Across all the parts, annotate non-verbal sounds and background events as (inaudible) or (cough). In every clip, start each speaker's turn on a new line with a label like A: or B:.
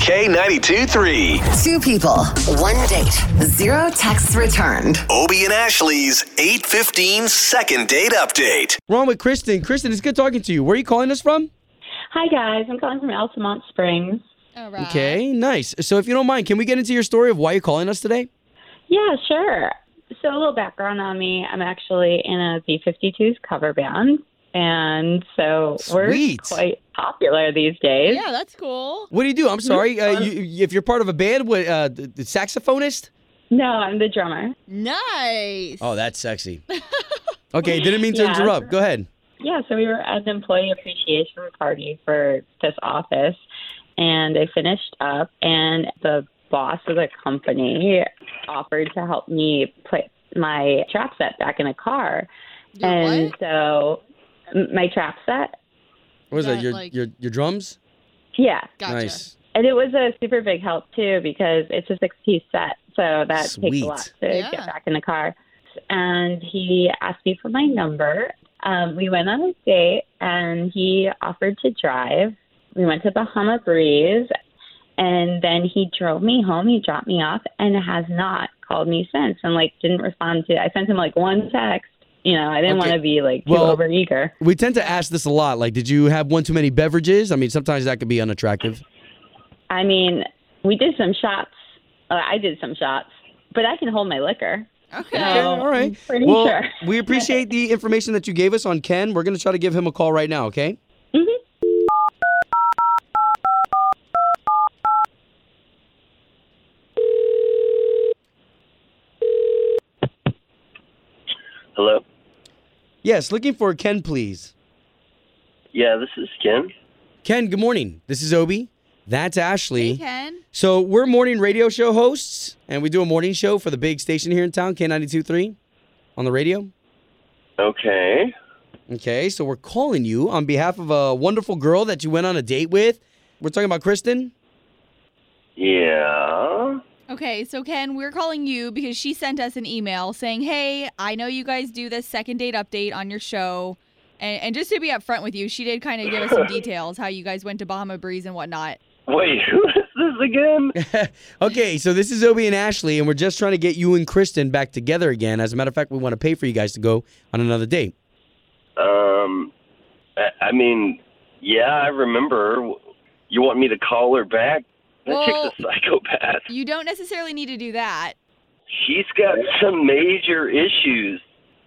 A: K92 3.
B: Two people, one date, zero texts returned.
A: Obie and Ashley's 815 second date update.
C: Wrong with Kristen. Kristen, it's good talking to you. Where are you calling us from?
D: Hi guys, I'm calling from Altamont Springs.
E: All right.
C: Okay, nice. So, if you don't mind, can we get into your story of why you're calling us today?
D: Yeah, sure. So a little background on me. I'm actually in a B52s cover band, and so we're
C: Sweet.
D: quite popular these days.
E: Yeah, that's cool.
C: What do you do?
E: Mm-hmm.
C: I'm sorry. Uh, you, if you're part of a band, what, uh, the, the saxophonist?
D: No, I'm the drummer.
E: Nice.
C: Oh, that's
E: (laughs)
C: sexy. okay, didn't mean to
D: Yeah.
C: interrupt. Go ahead.
D: Yeah, so we were at an employee appreciation party for this office, and I finished up, and the boss of the company offered to help me put my trap set back in a car,
E: Your
D: and
E: what?
D: so m- my trap set,
C: What was that?
E: That,
C: Your,
E: like-
C: your your drums?
D: yeah,
E: Gotcha.
C: Nice.
D: And it was a super big help too because it's a six piece set, so that takes
C: Sweet.
D: a lot to
E: Yeah.
D: get back in the car. And he asked me for my number. Um, we went on a date, and he offered to drive. We went to Bahama Breeze, and then he drove me home. He dropped me off, and has not called me since, and like didn't respond to. I sent him like one text. You know, I didn't
C: Okay.
D: want to be like too
C: Well-
D: over eager.
C: We tend to ask this a lot. Like, did you have one too many beverages? I mean, sometimes that could be unattractive.
D: I mean, we did some shots. Uh, I did some shots, but I can hold my liquor.
E: Okay.
C: Okay,
D: Oh,
C: all right.
D: I'm pretty
C: well,
D: sure.
C: we appreciate the information that you gave us on Ken. We're going to try to give him a call right now, okay?
D: Mhm.
F: Hello.
C: Yes, looking for Ken, please.
F: Yeah, this is Ken.
C: Ken, good morning. This is Obi. That's Ashley.
E: Hey, Ken.
C: So we're morning radio show hosts, and we do a morning show for the big station here in town, K92.3, on the radio.
F: Okay.
C: Okay, so we're calling you on behalf of a wonderful girl that you went on a date with. We're talking about Kristen.
F: Yeah.
E: Okay, so Ken, we're calling you because she sent us an email saying, "Hey, I know you guys do this second date update on your show." And, and just to be upfront with you, she did kind of give us some details how you guys went to Bahama Breeze and whatnot.
F: Wait, (laughs) who is this again?
C: Okay, so this is Obi and Ashley, and we're just trying to get you and Kristen back together again. As a matter of fact, we want to pay for you guys to go on another date.
F: Um, I, I mean, yeah, I remember. You want me to call her back? That
E: Well-
F: chick's a psychopath.
E: You don't necessarily need to do that.
F: She's got some major issues.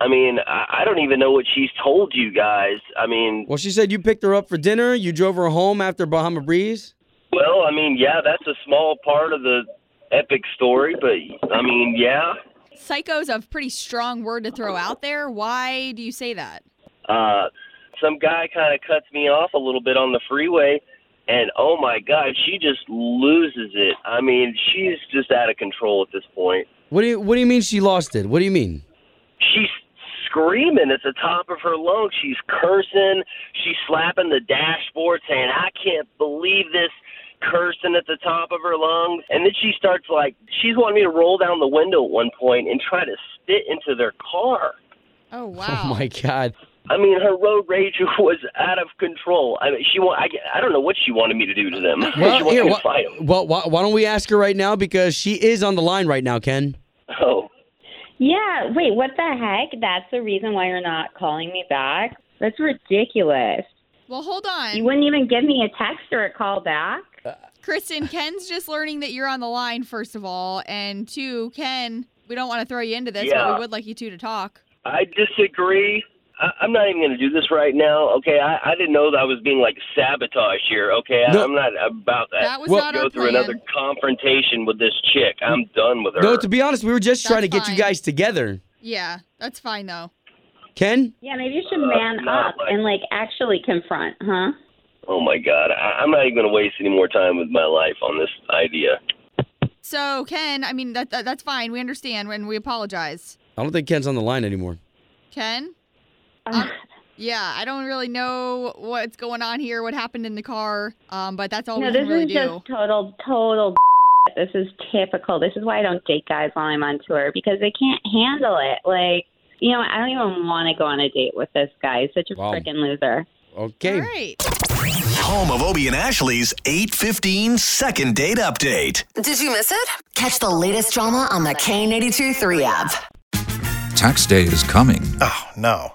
F: I mean, I, I don't even know what she's told you guys. I mean,
C: Well, she said you picked her up for dinner, you drove her home after Bahama Breeze.
F: well, I mean, yeah, that's a small part of the epic story, but I mean, yeah.
E: Psycho's a pretty strong word to throw out there. Why do you say that?
F: uh, some guy kind of cuts me off a little bit on the freeway, and oh my God, she just loses it. I mean, she's just out of control at this point.
C: What do you What do you mean she lost it? What do you mean?
F: She's screaming at the top of her lungs. She's cursing. She's slapping the dashboard, saying, I can't believe this. Cursing at the top of her lungs, and then she starts like she's wanting me to roll down the window at one point and try to spit into their car.
E: Oh wow.
C: (laughs) Oh my God.
F: I mean, her road rage (laughs) was out of control. I mean, she wa- I, I don't know what she wanted me to do to them. she
C: (laughs) Well,
F: wanted
C: here,
F: me
C: wha-
F: to fight 'em. (laughs)
C: well, why, why don't we ask her right now because she is on the line right now, Ken.
F: Oh,
D: Yeah, wait, what the heck? That's the reason why you're not calling me back? That's ridiculous.
E: Well, hold on.
D: You wouldn't even give me a text or a call back?
E: Kristen, Ken's just learning that you're on the line, first of all. And two, Ken, we don't want to throw you into this, but
F: Yeah.
E: we would like you two to talk.
F: I disagree. I, I'm not even going to do this right now. Okay, I, I didn't know that I was being like sabotaged here. Okay, I,
C: No.
F: I'm not about that.
E: That was
C: Well-
E: not
F: Go
E: our
F: through
E: plan.
F: another confrontation with this chick. I'm done with her.
C: No, to be honest, we were just
E: That's
C: trying to get
E: fine.
C: you guys together.
E: Yeah, that's fine though.
C: Ken?
D: Yeah, maybe you should man
F: no,
D: up
F: like-
D: and like actually confront, huh?
F: Oh my God, I, I'm not even going to waste any more time with my life on this idea.
E: So Ken, I mean that, that that's fine. We understand and we apologize.
C: I don't think Ken's on the line anymore.
E: Ken?
D: Uh,
E: Yeah, I don't really know what's going on here, what happened in the car, um, but that's all
D: no,
E: we
D: this
E: can really
D: is
E: do.
D: just total, total. (laughs) This is typical. This is why I don't date guys while I'm on tour because they can't handle it. Like, you know, I don't even want to go on a date with this guy. He's such a
C: Wow.
D: frickin' loser.
C: Okay.
E: All right.
A: Home of Obie and Ashley's 815 second date update.
B: Did you miss it? Catch the latest drama on the K82 3 app.
G: Tax day is coming.
A: Oh, no.